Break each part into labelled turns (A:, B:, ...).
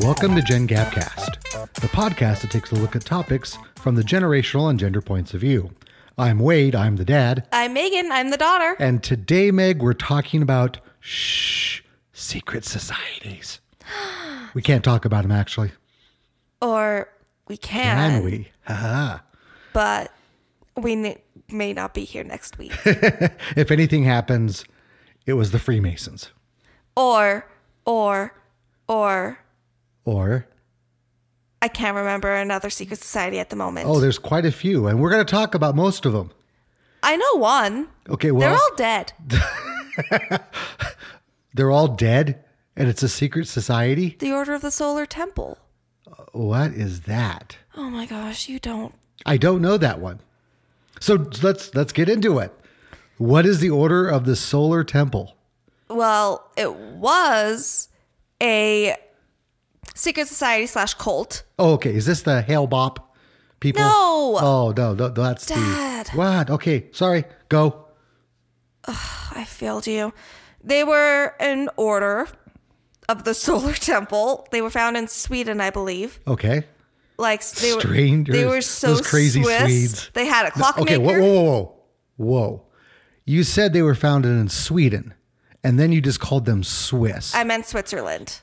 A: Welcome to Gen Gapcast, the podcast that takes a look at topics from the generational and gender points of view. I'm Wade, I'm the dad,
B: I'm Megan. I'm the daughter.
A: and today, Meg, we're talking about shh, secret societies. We can't talk about them actually,
B: Or we can,
A: can we? Haha.
B: but we n- may not be here next week.
A: if anything happens, it was the Freemasons
B: or, or, or
A: or
B: I can't remember another secret society at the moment.
A: oh, there's quite a few, and we're going to talk about most of them.
B: I know one.
A: Okay, well,
B: They're all dead.
A: they're all dead, and it's a secret society.
B: The Order of the Solar Temple.
A: What is that?
B: Oh my gosh, you don't.
A: I don't know that one. So let's let's get into it. What is the order of the solar temple?
B: Well, it was a secret society slash cult.
A: Oh, okay. Is this the Hail Bop people?
B: No.
A: Oh no, no, that's
B: Dad.
A: the what? Okay, sorry. Go.
B: I failed you. They were an order of the Solar Temple. They were found in Sweden, I believe.
A: Okay.
B: Like s- they were,
A: Strangers.
B: They were so
A: Those crazy
B: Swiss.
A: Swedes.
B: They had a
A: Okay.
B: clockmaker.
A: Whoa, whoa, whoa, whoa, whoa. You said they were founded in Sweden, and then you just called them Swiss.
B: I meant Switzerland.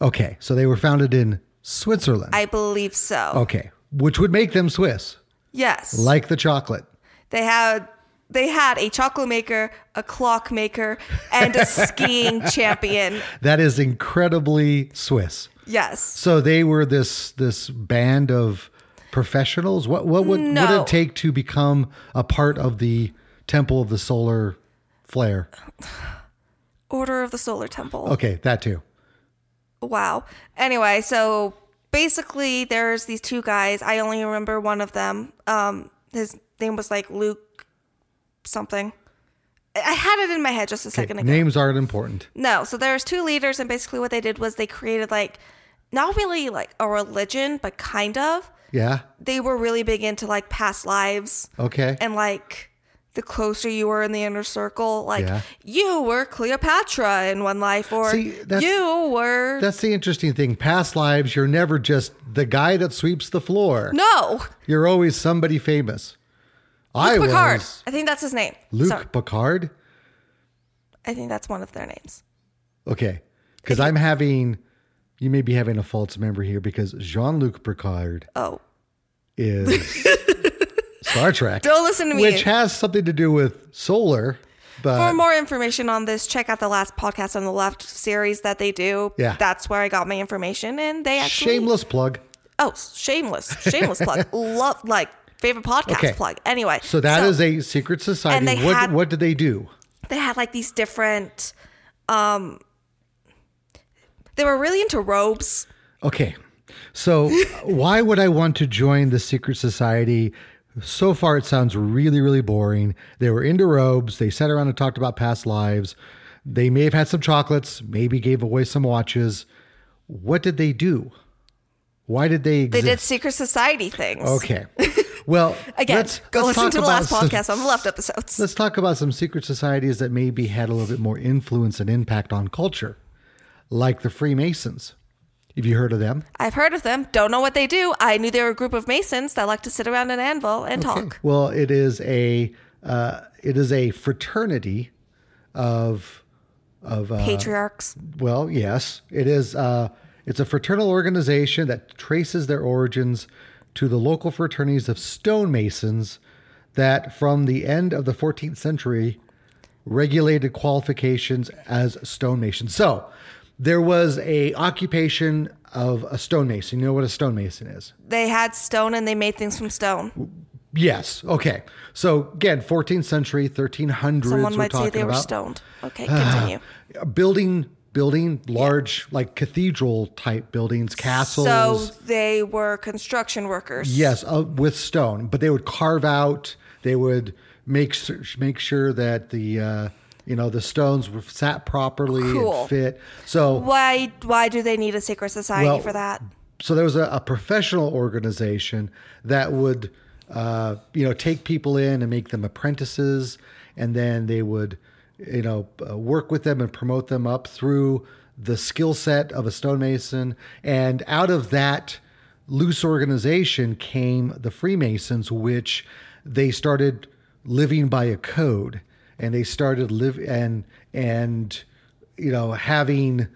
A: okay, so they were founded in Switzerland.
B: I believe so.
A: okay, which would make them Swiss,
B: Yes.
A: like the chocolate.
B: they had they had a chocolate maker, a clock maker, and a skiing champion.
A: That is incredibly Swiss.
B: Yes.
A: So they were this this band of professionals. What what would what did
B: No.
A: it take to become a part of the Temple of the Solar Flare?
B: Order of the Solar Temple.
A: Okay, that too.
B: Wow. Anyway, so basically, there's these two guys. I only remember one of them. Um, his name was like Luke something. I- I had it in my head just a second ago.
A: Names aren't important.
B: No, so there's two leaders, and basically what they did was they created like not really like a religion, but kind of.
A: Yeah.
B: They were really big into like past lives
A: Okay.
B: and like the closer you were in the inner circle, like
A: Yeah.
B: you were Cleopatra in one life, or
A: See, that's-
B: you were
A: That's the interesting thing. Past lives, you're never just the guy that sweeps the floor.
B: no
A: You're always somebody famous. I
B: Luke Picard.
A: was
B: I think that's his name.
A: Luke
B: Sorry.
A: Picard.
B: I think that's one of their names.
A: Okay. Because I'm having, you may be having a false memory here because Jean Luc Picard
B: Oh,
A: is Star Trek,
B: don't listen to me.
A: which has something to do with solar,
B: For
A: but
B: more information on this, check out the last podcast on the left series that they do.
A: Yeah.
B: That's where I got my information and they actually
A: shameless plug.
B: Oh, shameless. Shameless plug. Love like favorite podcast
A: Okay.
B: plug. Anyway.
A: So that is a secret society.
B: And they
A: what
B: had-
A: what did they do?
B: they had like these different um they were really into robes.
A: Okay. So why would I want to join the secret society? So far it sounds really really boring. They were into robes, they sat around and talked about past lives. They may have had some chocolates, maybe gave away some watches. What did they do? Why did they
B: They
A: exist?
B: did secret society things.
A: Okay. Well,
B: Again,
A: let's,
B: go
A: let's
B: listen
A: talk
B: to the
A: about
B: last
A: some-
B: podcast on the left episodes.
A: Let's talk about some secret societies that maybe had a little bit more influence and impact on culture, like the Freemasons. Have you heard of them?
B: I've heard of them. Don't know what they do. I knew they were a group of masons that like to sit around an anvil and talk.
A: Well, it is a uh, it is a fraternity of of uh,
B: Patriarchs.
A: well, yes, it is. Uh, it's a fraternal organization that traces their origins to the local fraternities of stonemasons that, from the end of the 14th century, regulated qualifications as stonemasons. So, there was a occupation of a stonemason. You know what a stonemason is?
B: They had stone and they made things from stone.
A: Yes. Okay. So again, 14th century, 1300s.
B: Someone
A: we're
B: might say
A: talking
B: they were
A: about.
B: stoned. Okay, continue.
A: building building large like cathedral type buildings castles
B: So they were construction workers.
A: yes uh, with stone but they would carve out they would make sur- make sure that the uh, You know, the stones were sat properly
B: Cool.
A: and fit. So
B: Why why do they need a secret society
A: Well,
B: for that?
A: so there was a, a professional organization that would uh, you know take people in and make them apprentices and then they would you know uh, work with them and promote them up through the skill set of a stonemason and out of that loose organization came the freemasons which they started living by a code and they started live and and you know having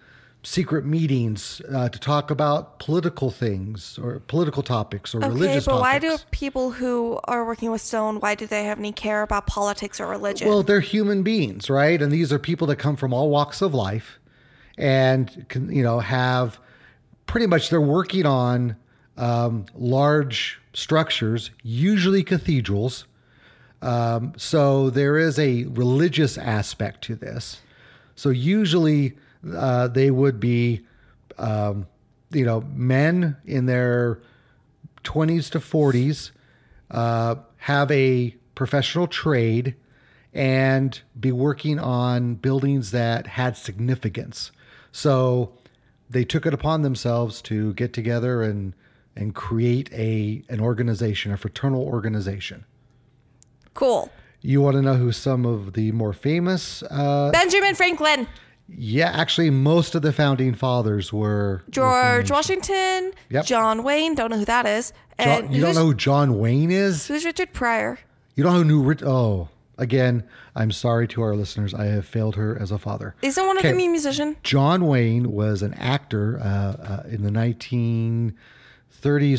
A: secret meetings uh, to talk about political things or political topics or
B: Okay,
A: religious
B: but why
A: topics.
B: do people who are working with stone, why do they have any care about politics or religion?
A: Well, they're human beings, right? And these are people that come from all walks of life and can, you know, have pretty much they're working on um, large structures, usually cathedrals. Um, so there is a religious aspect to this. So usually uh, they would be, um, you know, men in their 20s to 40s uh, have a professional trade and be working on buildings that had significance. So they took it upon themselves to get together and and create a an organization, a fraternal organization.
B: cool.
A: You want to know who some of the more famous? Uh,
B: Benjamin Franklin,
A: yeah, actually, most of the founding fathers were.
B: George Washington,
A: Yep.
B: John Wayne, don't know who that is. And
A: John, you don't
B: who's,
A: know who John Wayne is?
B: who's Richard Pryor?
A: You don't know who New Rich? Oh, again, I'm sorry to our listeners. I have failed her as a father.
B: Isn't one of
A: Okay.
B: them a musician?
A: John Wayne was an actor uh, uh, in the 1930s,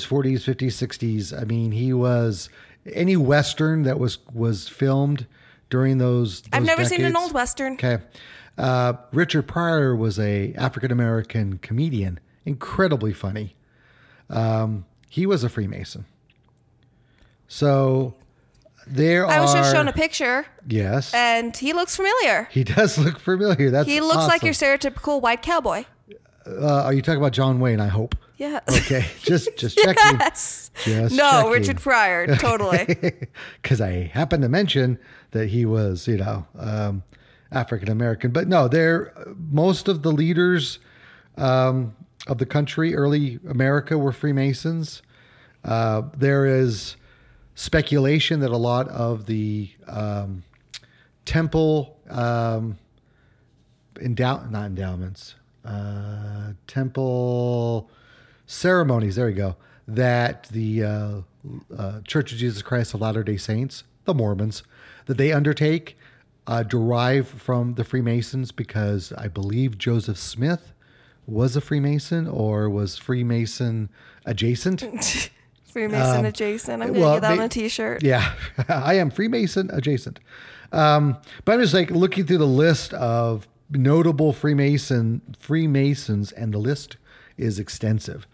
A: 40s, 50s, 60s. I mean, he was any western that was was filmed during those.
B: I've
A: those
B: never seen an
A: decades.
B: old western.
A: Okay, uh, Richard Pryor was a African American comedian, incredibly funny. Um, he was a Freemason. So there
B: I was
A: are
B: just shown a picture,
A: yes.
B: and he looks familiar.
A: he does look familiar. That's
B: He looks like
A: awesome.
B: your stereotypical white cowboy.
A: Uh, are you talking about John Wayne? I hope.
B: Yeah.
A: Okay, just just checking.
B: yes.
A: Just
B: no,
A: checking.
B: Richard Pryor, totally.
A: because I happened to mention that he was, you know, um, African American. But no, they're most of the leaders um, of the country, early America, were Freemasons. Uh, there is speculation that a lot of the um, temple um, endow not endowments uh, temple ceremonies there we go that the uh, uh, church of jesus christ of latter day saints the mormons that they undertake uh, derive from the freemasons because i believe joseph smith was a freemason or was freemason adjacent
B: Freemason adjacent. I'm gonna
A: Um, well,
B: get that
A: may-
B: on a T-shirt.
A: Yeah, I am Freemason adjacent. Um, but I'm just like looking through the list of notable Freemason Freemasons, and the list is extensive.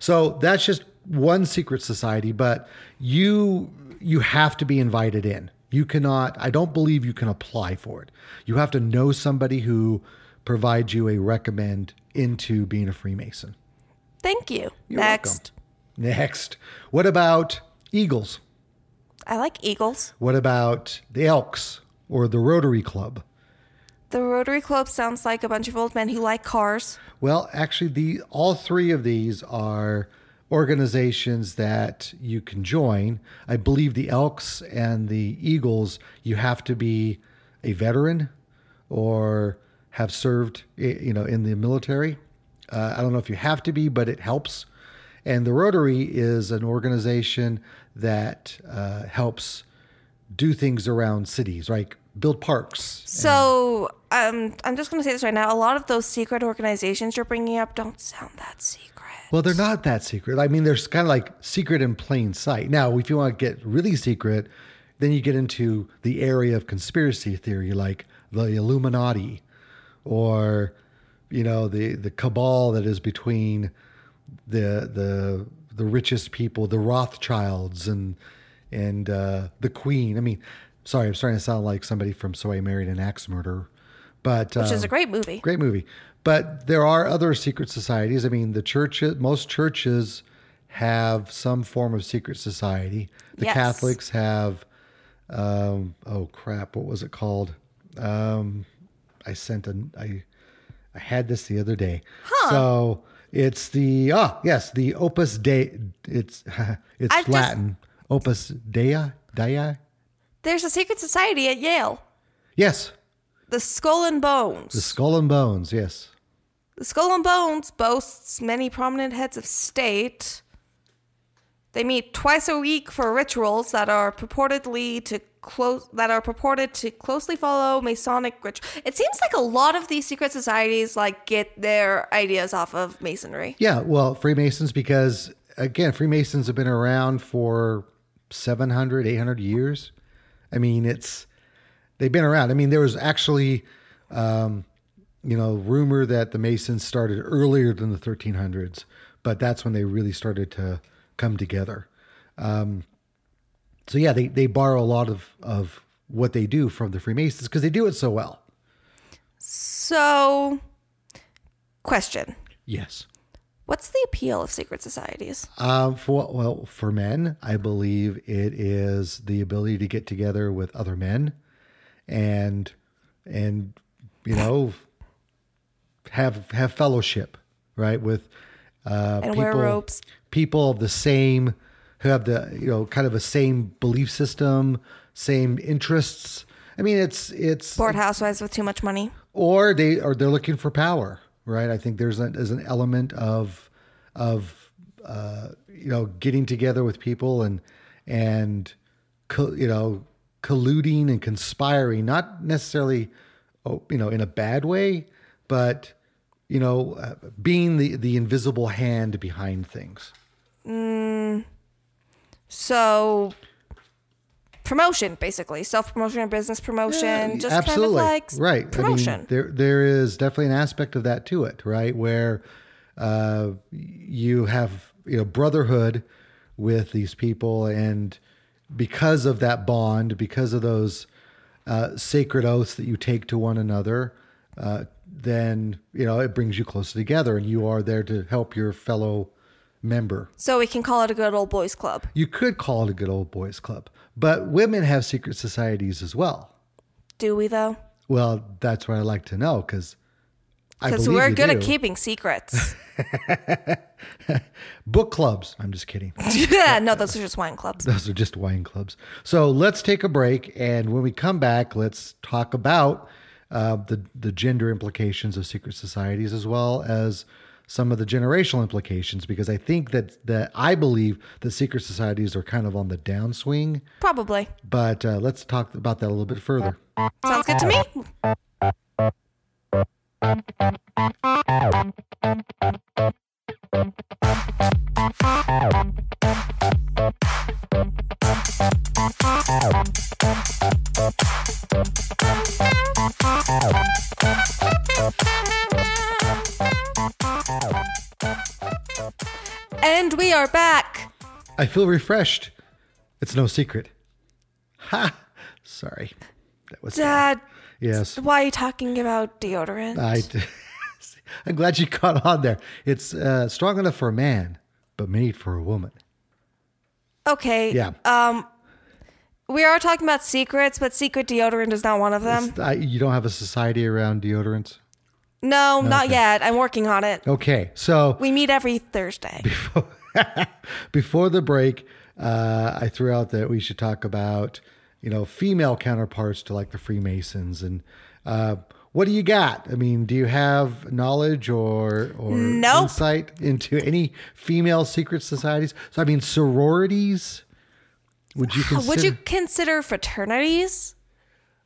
A: So that's just one secret society, but you you have to be invited in. You cannot. I don't believe you can apply for it. You have to know somebody who provides you a recommend into being a Freemason.
B: Thank you.
A: You're
B: Next,
A: welcome. Next, what about Eagles?
B: I like Eagles.
A: What about the Elks or the Rotary Club?
B: The Rotary Club sounds like a bunch of old men who like cars.
A: Well, actually, the all three of these are organizations that you can join. I believe the Elks and the Eagles, you have to be a veteran or have served, i- you know, in the military. Uh, I don't know if you have to be, but it helps. And the Rotary is an organization that uh, helps do things around cities, like build parks.
B: So um, I'm just gonna say this right now. A lot of those secret organizations you're bringing up don't sound that secret.
A: Well, they're not that secret. I mean, they're kind of like secret in plain sight. Now, if you want to get really secret, then you get into the area of conspiracy theory, like the Illuminati, or you know the the cabal that is between the the the richest people, the Rothschilds, and and uh, the Queen. I mean, sorry, I'm starting to sound like somebody from So I Married an Axe Murderer, but
B: Which is a great movie.
A: Great movie. But there are other secret societies. I mean, the church, most churches have some form of secret society. The
B: Yes.
A: Catholics have, um, oh crap, what was it called? Um, I sent an I I had this the other day. Huh. So it's the ah yes the Opus Dei. It's it's
B: I've just-
A: Latin Opus Dei Dei.
B: There's a secret society at Yale,
A: Yes,
B: the Skull and Bones.
A: the Skull and Bones. Yes,
B: The Skull and Bones boasts many prominent heads of state. They meet twice a week for rituals that are purportedly to close that are purported to closely follow Masonic ritual. It seems like a lot of these secret societies like get their ideas off of masonry.
A: yeah. Well, Freemasons because again Freemasons have been around for 700, 800 years. I mean, it's they've been around. I mean, there was actually. Um, you know, rumor that the Masons started earlier than the 1300s, but that's when they really started to come together. Um, so yeah, they, they borrow a lot of, of what they do from the Freemasons because they do it so well.
B: So, question:
A: Yes.
B: What's the appeal of secret societies?
A: Um, for well, for men, I believe it is the ability to get together with other men, and and you know have have fellowship, right? With uh,
B: And wear robes.
A: people of the same who have the you know kind of a same belief system, same interests. I mean, it's it's
B: Bored housewives with too much money.
A: or they or they're looking for power, right? I think there's an, there's an element of of uh, you know getting together with people and and co- you know colluding and conspiring, not necessarily oh, you know in a bad way, but you know uh, being the the invisible hand behind things.
B: So promotion basically self-promotion and business promotion just
A: Absolutely.
B: kind of like
A: right
B: promotion
A: I mean, there there is definitely an aspect of that to it, right? Where uh, you have you know brotherhood with these people, and because of that bond, because of those uh, sacred oaths that you take to one another, uh, then you know it brings you closer together, and you are there to help your fellow member.
B: so we can call it a good old boys club
A: You could call it a good old boys club, but women have secret societies as well.
B: do we though
A: Well, that's what I like to know because I
B: because
A: believe
B: we're
A: you
B: good at
A: do.
B: keeping secrets
A: book clubs. I'm just kidding.
B: yeah no those are just wine clubs
A: Those are just wine clubs. So let's take a break, and when we come back, let's talk about uh, the the gender implications of secret societies as well as some of the generational implications. Because I think that that I believe that secret societies are kind of on the downswing.
B: probably
A: But uh, let's talk about that a little bit further.
B: sounds good to me and we are back
A: I feel refreshed. It's no secret. Ha! Sorry, that was
B: dad
A: yes.
B: why are you talking about deodorant
A: I, am glad you caught on there. It's uh, strong enough for a man, but made for a woman.
B: okay
A: Yeah.
B: um we are talking about secrets but secret deodorant is not one of them
A: I, you don't have a society around deodorants?
B: No, not yet. I'm working on it.
A: Okay. So
B: We meet every Thursday.
A: before the break, uh, I threw out that we should talk about, you know, female counterparts to like the Freemasons. And uh, what do you got? I mean, do you have knowledge or, or
B: Nope.
A: insight into any female secret societies? So, I mean, sororities? Would you consider?
B: Would you consider fraternities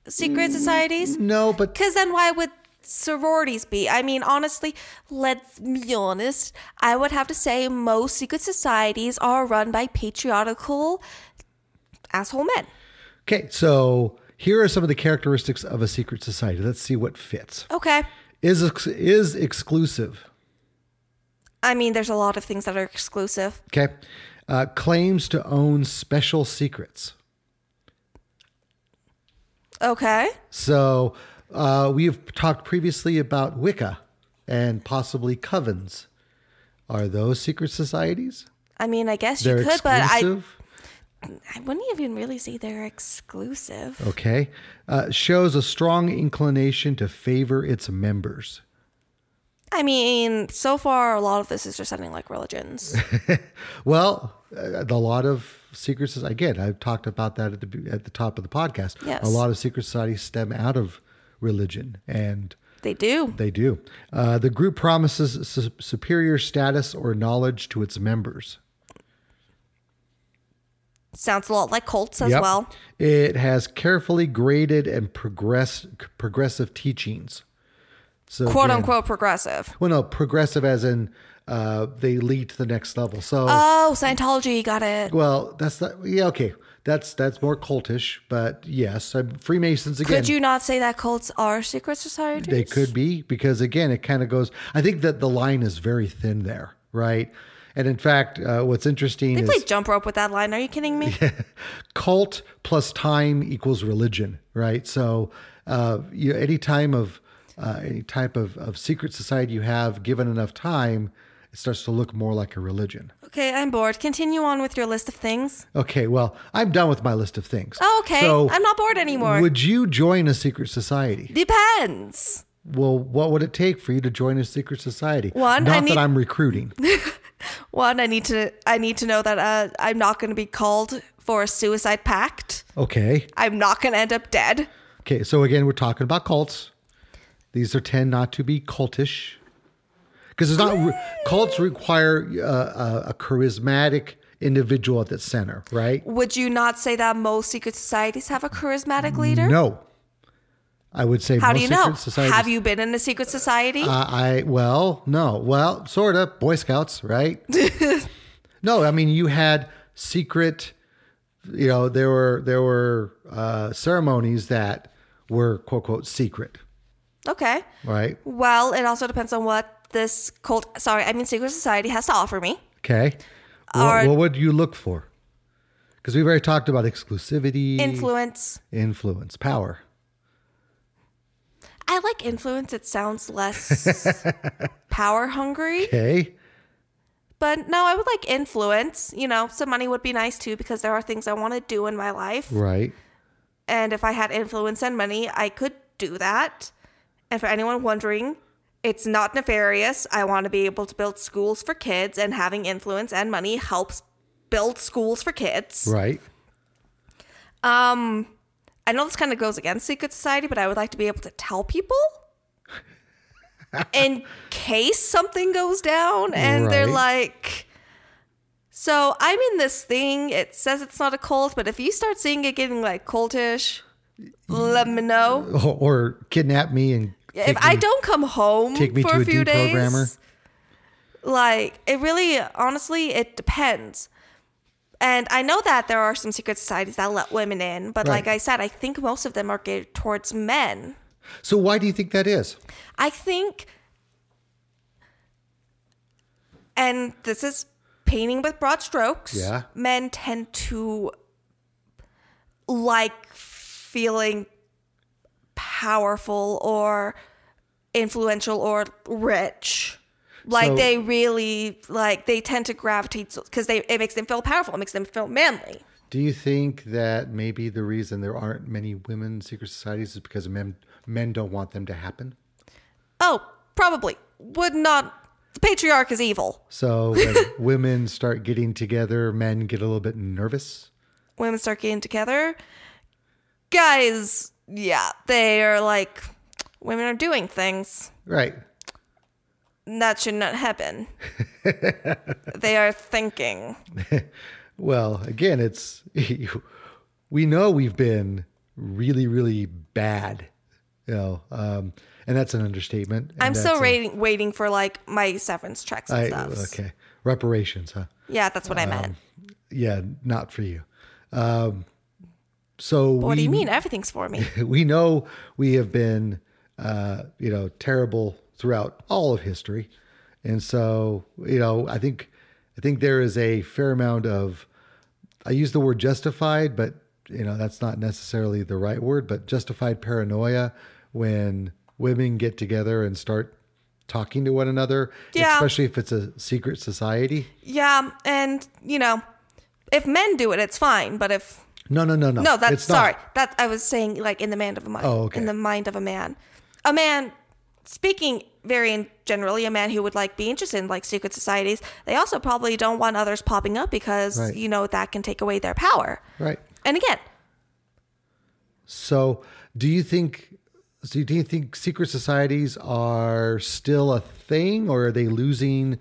B: secret societies?
A: No, but
B: Because then why would sororities be? I mean, honestly, let's be honest. I would have to say most secret societies are run by patriarchal asshole men.
A: Okay, so here are some of the characteristics of a secret society. Let's see what fits.
B: Okay.
A: Is ex- is exclusive.
B: I mean, there's a lot of things that are exclusive.
A: Okay, uh, claims to own special secrets.
B: Okay.
A: So uh, we have talked previously about Wicca and possibly covens. Are those secret societies?
B: I mean, I guess you
A: They're
B: could, but I
A: exclusive.
B: I wouldn't even really say they're exclusive.
A: Okay. Uh, shows a strong inclination to favor its members.
B: I mean, so far, a lot of this is just sounding like religions.
A: Well, uh, a lot of secret societies, again, I've talked about that at the, be- at the top of the podcast.
B: Yes.
A: A lot of secret societies stem out of religion, and
B: they do.
A: they do. Uh, the group promises su- superior status or knowledge to its members.
B: Sounds a lot like cults as
A: Yep.
B: well.
A: It has carefully graded and progress progressive teachings. So
B: Quote
A: again-
B: unquote progressive.
A: Well, no, progressive as in uh, they lead to the next level. So,
B: Oh, Scientology got it.
A: well, that's not, yeah, okay. That's that's more cultish, but yes, uh, Freemasons again.
B: Could you not say that cults are secret societies?
A: they could be because again, it kind of goes. I think that the line is very thin there, right? And in fact, uh, what's interesting
B: They
A: is
B: play jump rope with that line. Are you kidding me?
A: cult plus time equals religion, right? So, uh, you any time of uh, any type of, of secret society you have, given enough time, it starts to look more like a religion.
B: Okay, I'm bored. Continue on with your list of things.
A: Okay, well, I'm done with my list of things.
B: Oh, okay.
A: So,
B: I'm not bored anymore.
A: would you join a secret society?
B: Depends.
A: Well, what would it take for you to join a secret society?
B: One,
A: not
B: I need-
A: that I'm recruiting.
B: One, I need to I need to know that uh, I'm not going to be called for a suicide pact.
A: Okay.
B: I'm not going to end up dead.
A: Okay, so again, we're talking about cults. These are tend not to be cultish because it's not re- cults require uh, a, a charismatic individual at the center, right?
B: Would you not say that most secret societies have a charismatic leader?
A: No, I would say
B: How
A: most
B: do you know?
A: secret societies.
B: Have you been in a secret society?
A: Uh, I well, no, well, sort of Boy Scouts, right? no, I mean you had secret. You know there were there were uh, ceremonies that were quote quote secret,
B: okay.
A: right?
B: Well, it also depends on what this cult, sorry, I mean secret society has to offer me.
A: Okay.
B: Are-
A: what, what would you look for? Because we've already talked about exclusivity,
B: Influence.
A: influence, power.
B: I like influence. It sounds less power hungry.
A: Okay.
B: But no, I would like influence. You know, some money would be nice too because there are things I want to do in my life.
A: Right.
B: And if I had influence and money, I could do that. And for anyone wondering, it's not nefarious. I want to be able to build schools for kids, and having influence and money helps build schools for kids.
A: Right.
B: Um, I know this kind of goes against secret society, but I would like to be able to tell people in case something goes down and they're
A: Right.
B: like, so I'm in this thing. It says it's not a cult, but if you start seeing it getting like cultish, let me know.
A: Or, or kidnap me and
B: If
A: take
B: I
A: me-
B: don't come home
A: take me
B: for
A: to
B: a
A: a
B: few
A: deprogrammer.
B: days, like it really, honestly, it depends. And I know that there are some secret societies that let women in, but like
A: Right.
B: I said, I think most of them are geared towards men.
A: So why do you think that is?
B: I think, and this is painting with broad strokes.
A: Yeah.
B: Men tend to like feeling powerful or influential or rich. Like
A: So-
B: they really like they tend to gravitate because they it makes them feel powerful. It makes them feel manly.
A: Do you think that maybe the reason there aren't many women secret societies is because men men don't want them to happen?
B: Oh, probably would not. The patriarch is evil.
A: So when women start getting together, men get a little bit nervous.
B: women start getting together, guys, yeah, they are like, women are doing things
A: Right.
B: that should not happen. they are thinking.
A: Well, again, it's we know we've been really, really bad, you know, um, and that's an understatement. and
B: I'm still
A: that's a-
B: waiting, waiting for like my severance checks and
A: I- Um,
B: stuff.
A: okay, reparations, huh?
B: Yeah, that's what I meant.
A: Yeah, not for you. Um, so
B: What
A: we,
B: do you mean? Everything's for me.
A: We know we have been, uh, you know, terrible throughout all of history, and so you know, I think, I think there is a fair amount of, I use the word justified, but you know, that's not necessarily the right word, but justified paranoia when women get together and start talking to one another,
B: Yeah.
A: especially if it's a secret society.
B: Yeah, and you know, if men do it, it's fine. But if
A: No, no, no, no.
B: no, that's
A: It's not.
B: sorry. That I was saying like in the mind of a mind.
A: Oh, okay.
B: In the mind of a man, a man speaking very in- generally, a man who would like be interested in like secret societies. They also probably don't want others popping up because
A: Right.
B: you know that can take away their power.
A: Right.
B: And again,
A: So, do you think? So, do you think secret societies are still a thing, or are they losing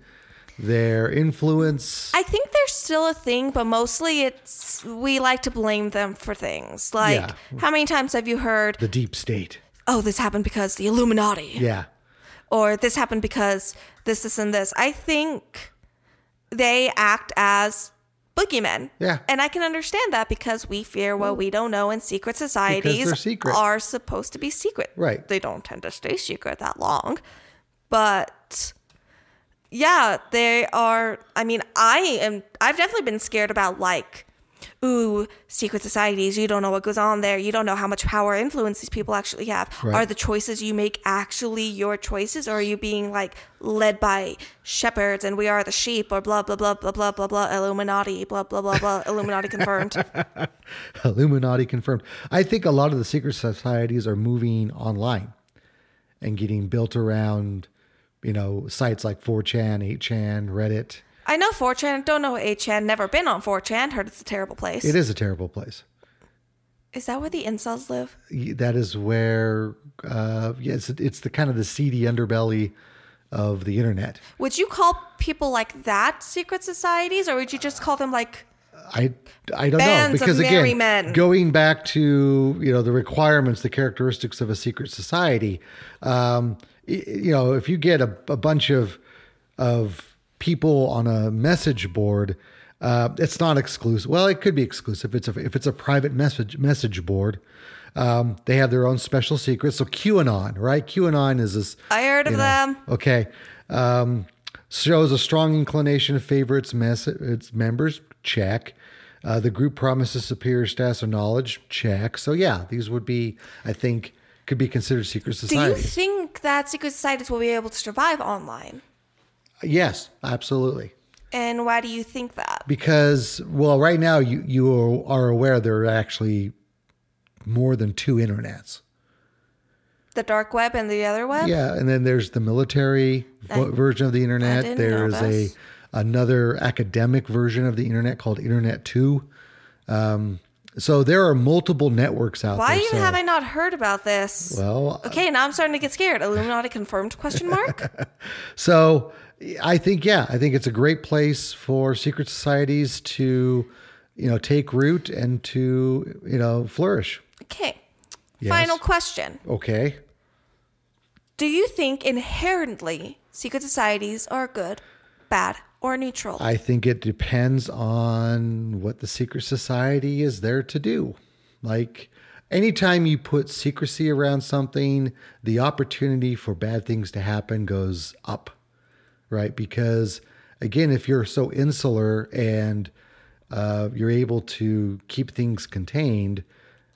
A: their influence?
B: I think they're still a thing, but mostly it's we like to blame them for things. Like
A: Yeah.
B: how many times have you heard,
A: the deep state.
B: "Oh, this happened because the Illuminati,"
A: Yeah.
B: or "This happened because this, this, and this." I think they act as boogeymen.
A: Yeah.
B: and I can understand that because we fear what we don't know, and secret
A: they're
B: societies
A: secret.
B: are supposed to be secret.
A: Right.
B: they don't tend to stay secret that long, but yeah, they are. I mean, I am. I've definitely been scared about like, ooh, secret societies. You don't know what goes on there. You don't know how much power or influence these people actually have.
A: Right.
B: Are the choices you make actually your choices, or are you being like led by shepherds and we are the sheep, or blah blah blah blah blah blah blah Illuminati, blah blah blah blah Illuminati confirmed.
A: Illuminati confirmed. I think a lot of the secret societies are moving online and getting built around, you know, sites like 4chan, 8chan, Reddit.
B: I know 4chan. Don't know 8chan. Never been on 4chan. Heard it's a terrible place.
A: It is a terrible place.
B: Is that where the incels live?
A: Y- That is where, uh, yes, it's the kind of the seedy underbelly of the internet.
B: Would you call people like that secret societies, or would you just call them like?
A: I I don't know
B: Bands of
A: because
B: merry
A: again,
B: men.
A: going back to you know the requirements, the characteristics of a secret society. Um, y- you know, if you get a, a bunch of of people on a message board, uh, it's not exclusive. Well, it could be exclusive. It's a, if it's a private message message board. Um, they have their own special secrets. So QAnon, right? QAnon is this.
B: I heard of
A: you know,
B: them.
A: Okay. Um, shows a strong inclination to favor its, mess- its members. Check. Uh, the group promises superior status or knowledge. Check. So, yeah, these would be, I think, could be considered secret
B: Do you
A: societies.
B: think that secret societies will be able to survive online?
A: Uh, yes, absolutely.
B: And why do you think that?
A: Because, well, right now you, you are aware there are actually more than two internets.
B: The dark web and the other web?
A: Yeah, and then there's the military vo- version of the internet.
B: didn't
A: there
B: know
A: is a
B: this.
A: another academic version of the internet called Internet Two. Um, so there are multiple networks out
B: Why
A: there.
B: even
A: so,
B: have I not heard about this?
A: well,
B: okay, now I'm starting to get scared. Illuminati confirmed question mark?
A: So I think yeah, I think it's a great place for secret societies to, you know, take root and to you know flourish.
B: Okay.
A: Yes.
B: Final question.
A: Okay.
B: Do you think inherently secret societies are good, bad, or neutral?
A: I think it depends on what the secret society is there to do. Like anytime you put secrecy around something, the opportunity for bad things to happen goes up, right? Because again, if you're so insular and uh, you're able to keep things contained,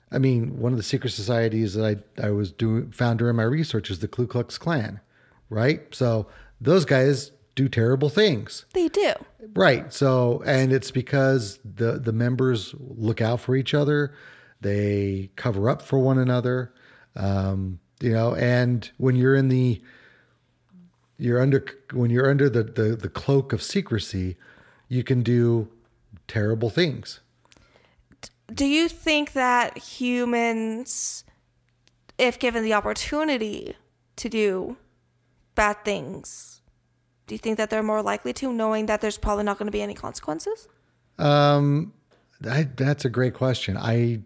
A: I mean, one of the secret societies that I, I was doing found during my research is the Ku Klux Klan, right? So those guys do terrible things.
B: they do.
A: Right. So, and it's because the the members look out for each other, they cover up for one another, um, you know. And when you're in the you're under when you're under the the, the cloak of secrecy, you can do terrible things.
B: Do you think that humans, if given the opportunity to do bad things, do you think that they're more likely to, knowing that there's probably not going to be any consequences?
A: Um, That, that's a great question. I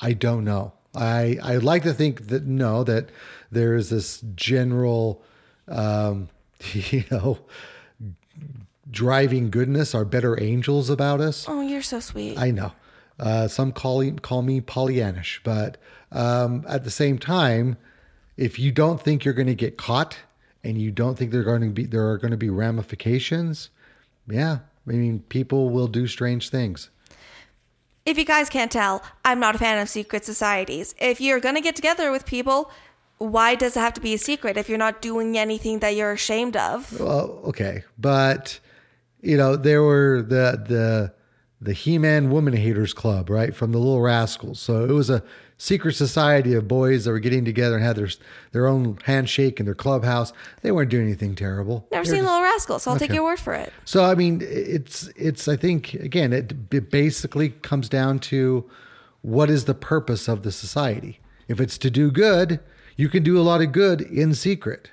A: I don't know. I I like to think that no, that there is this general, um, you know, driving goodness. Are better angels about us?
B: Oh, you're so sweet.
A: I know. Uh, some call call me Pollyannish, but um, at the same time, if you don't think you're going to get caught and you don't think there are going to be there are going to be ramifications, yeah, I mean, people will do strange things.
B: If you guys can't tell, I'm not a fan of secret societies. If you're going to get together with people, why does it have to be a secret if you're not doing anything that you're ashamed of?
A: Well, okay, but you know there were the the the He-Man Woman Haters Club, right, from the Little Rascals. So it was a secret society of boys that were getting together and had their their own handshake in their clubhouse. They weren't doing anything terrible.
B: Never
A: They were
B: seen
A: just-
B: Little Rascals, so I'll take your word for it.
A: so I mean, it's it's. I think again, it, it basically comes down to what is the purpose of the society. If it's to do good, you can do a lot of good in secret.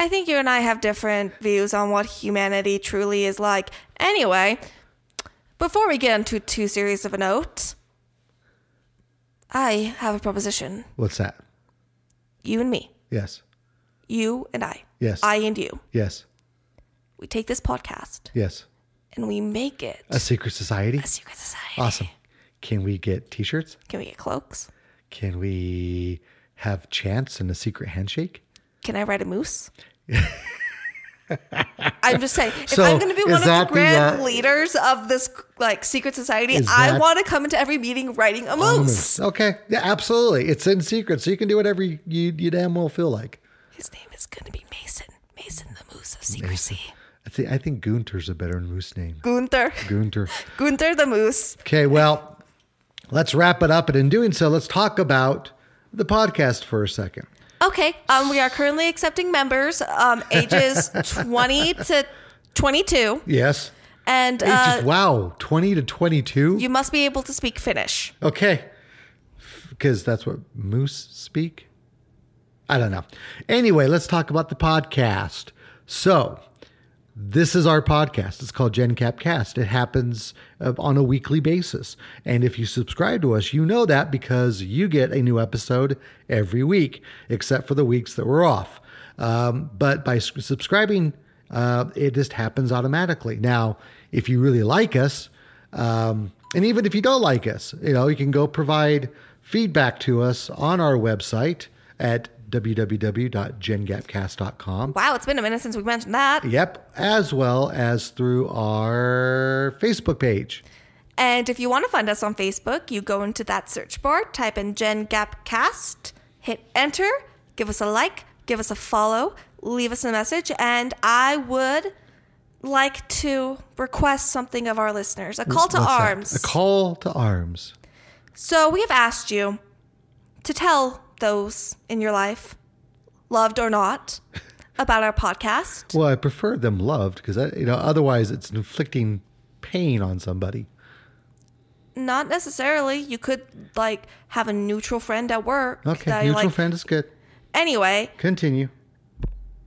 B: I think you and I have different views on what humanity truly is like. Anyway, before we get into too serious of a note, I have a proposition.
A: What's that?
B: You and me.
A: Yes,
B: You and I.
A: Yes.
B: I and you.
A: yes,
B: We take this podcast
A: yes.
B: and we make it
A: A secret society.
B: a secret society.
A: Awesome. Can we get T-shirts?
B: Can we get cloaks?
A: Can we have chants and a secret handshake?
B: Can I ride a moose? I'm just saying, if
A: So,
B: I'm going to be
A: is
B: one of the
A: that the,
B: grand
A: uh,
B: leaders of this like secret society,
A: Is
B: I
A: that- Oh
B: want to come into every meeting riding a moose.
A: Okay. Yeah, absolutely. It's in secret, so you can do whatever you you, you damn well feel like.
B: His name is going to be Mason. Mason the Moose of Secrecy.
A: I think I think Gunter's a better moose name.
B: Gunther.
A: Gunter.
B: Gunther the Moose.
A: Okay, well, let's wrap it up. And in doing so, let's talk about the podcast for a second.
B: Okay. Um, we are currently accepting members, um, ages 20 to 22,
A: Yes.
B: and
A: It's just-
B: uh,
A: wow, 20 to 22?
B: you must be able to speak Finnish.
A: okay. Because that's what moose speak. I don't know. Anyway, let's talk about the podcast. So, this is our podcast. It's called Gen Cap Cast. It happens uh, on a weekly basis. And if you subscribe to us, you know that because you get a new episode every week, except for the weeks that we're off. Um, but by s- subscribing, uh, it just happens automatically. Now, if you really like us, um, and even if you don't like us, you know, you can go provide feedback to us on our website at www.gengapcast.com.
B: Wow, it's been a minute since we mentioned that.
A: Yep, as well as through our Facebook page.
B: And if you want to find us on Facebook, you go into that search bar, type in Gen Gap Cast, hit enter, give us a like, give us a follow, leave us a message, and I would like to request something of our listeners a call to
A: What's that?
B: arms.
A: A call to arms.
B: So we have asked you to tell those in your life, loved or not, about our podcast.
A: Well, I prefer them loved because you know otherwise it's inflicting pain on somebody.
B: Not necessarily. You could like have a neutral friend at work.
A: Okay,
B: that you
A: neutral
B: like.
A: friend is good.
B: Anyway,
A: Continue.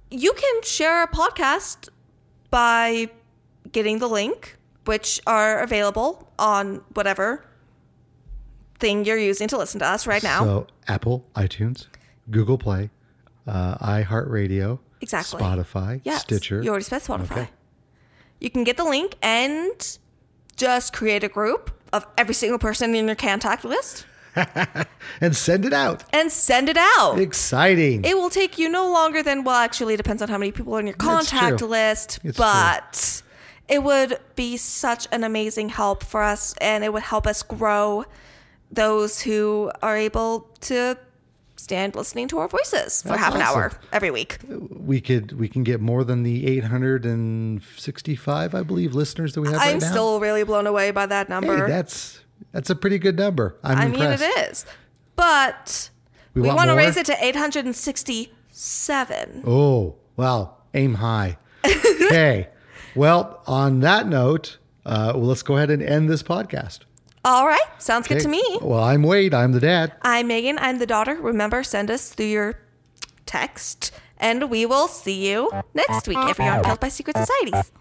B: you can share our podcast by getting the link, which are available on whatever thing you're using to listen to us right now.
A: So Apple, iTunes, Google Play, uh, iHeartRadio,
B: Exactly.
A: Spotify,
B: Yes.
A: Stitcher.
B: You already said Spotify.
A: Okay.
B: You can get the link and just create a group of every single person in your contact list
A: and send it out.
B: and send it out.
A: Exciting.
B: it will take you no longer than well, actually, it depends on how many people are in your
A: That's
B: contact
A: true.
B: list,
A: It's true.
B: but it would be such an amazing help for us, and it would help us grow those who are able to stand listening to our voices for
A: That's
B: half an hour
A: awesome.
B: every week.
A: we could we can get more than the 865 I believe listeners that we have
B: I'm
A: right now.
B: still really blown away by that
A: Hey,
B: number.
A: that's that's a pretty good number. I'm
B: I mean,
A: impressed.
B: it is. But
A: We
B: we,
A: want
B: want to
A: more?
B: raise it to 867.
A: Oh, wow. Aim high. okay. Well, on that note, uh, well, let's go ahead and end this podcast.
B: All right. Sounds good to
A: Okay.
B: me.
A: Well, I'm Wade. I'm the dad.
B: I'm Megan. I'm the daughter. Remember, send us through your text. And we will see you next week, everyone, killed by secret societies.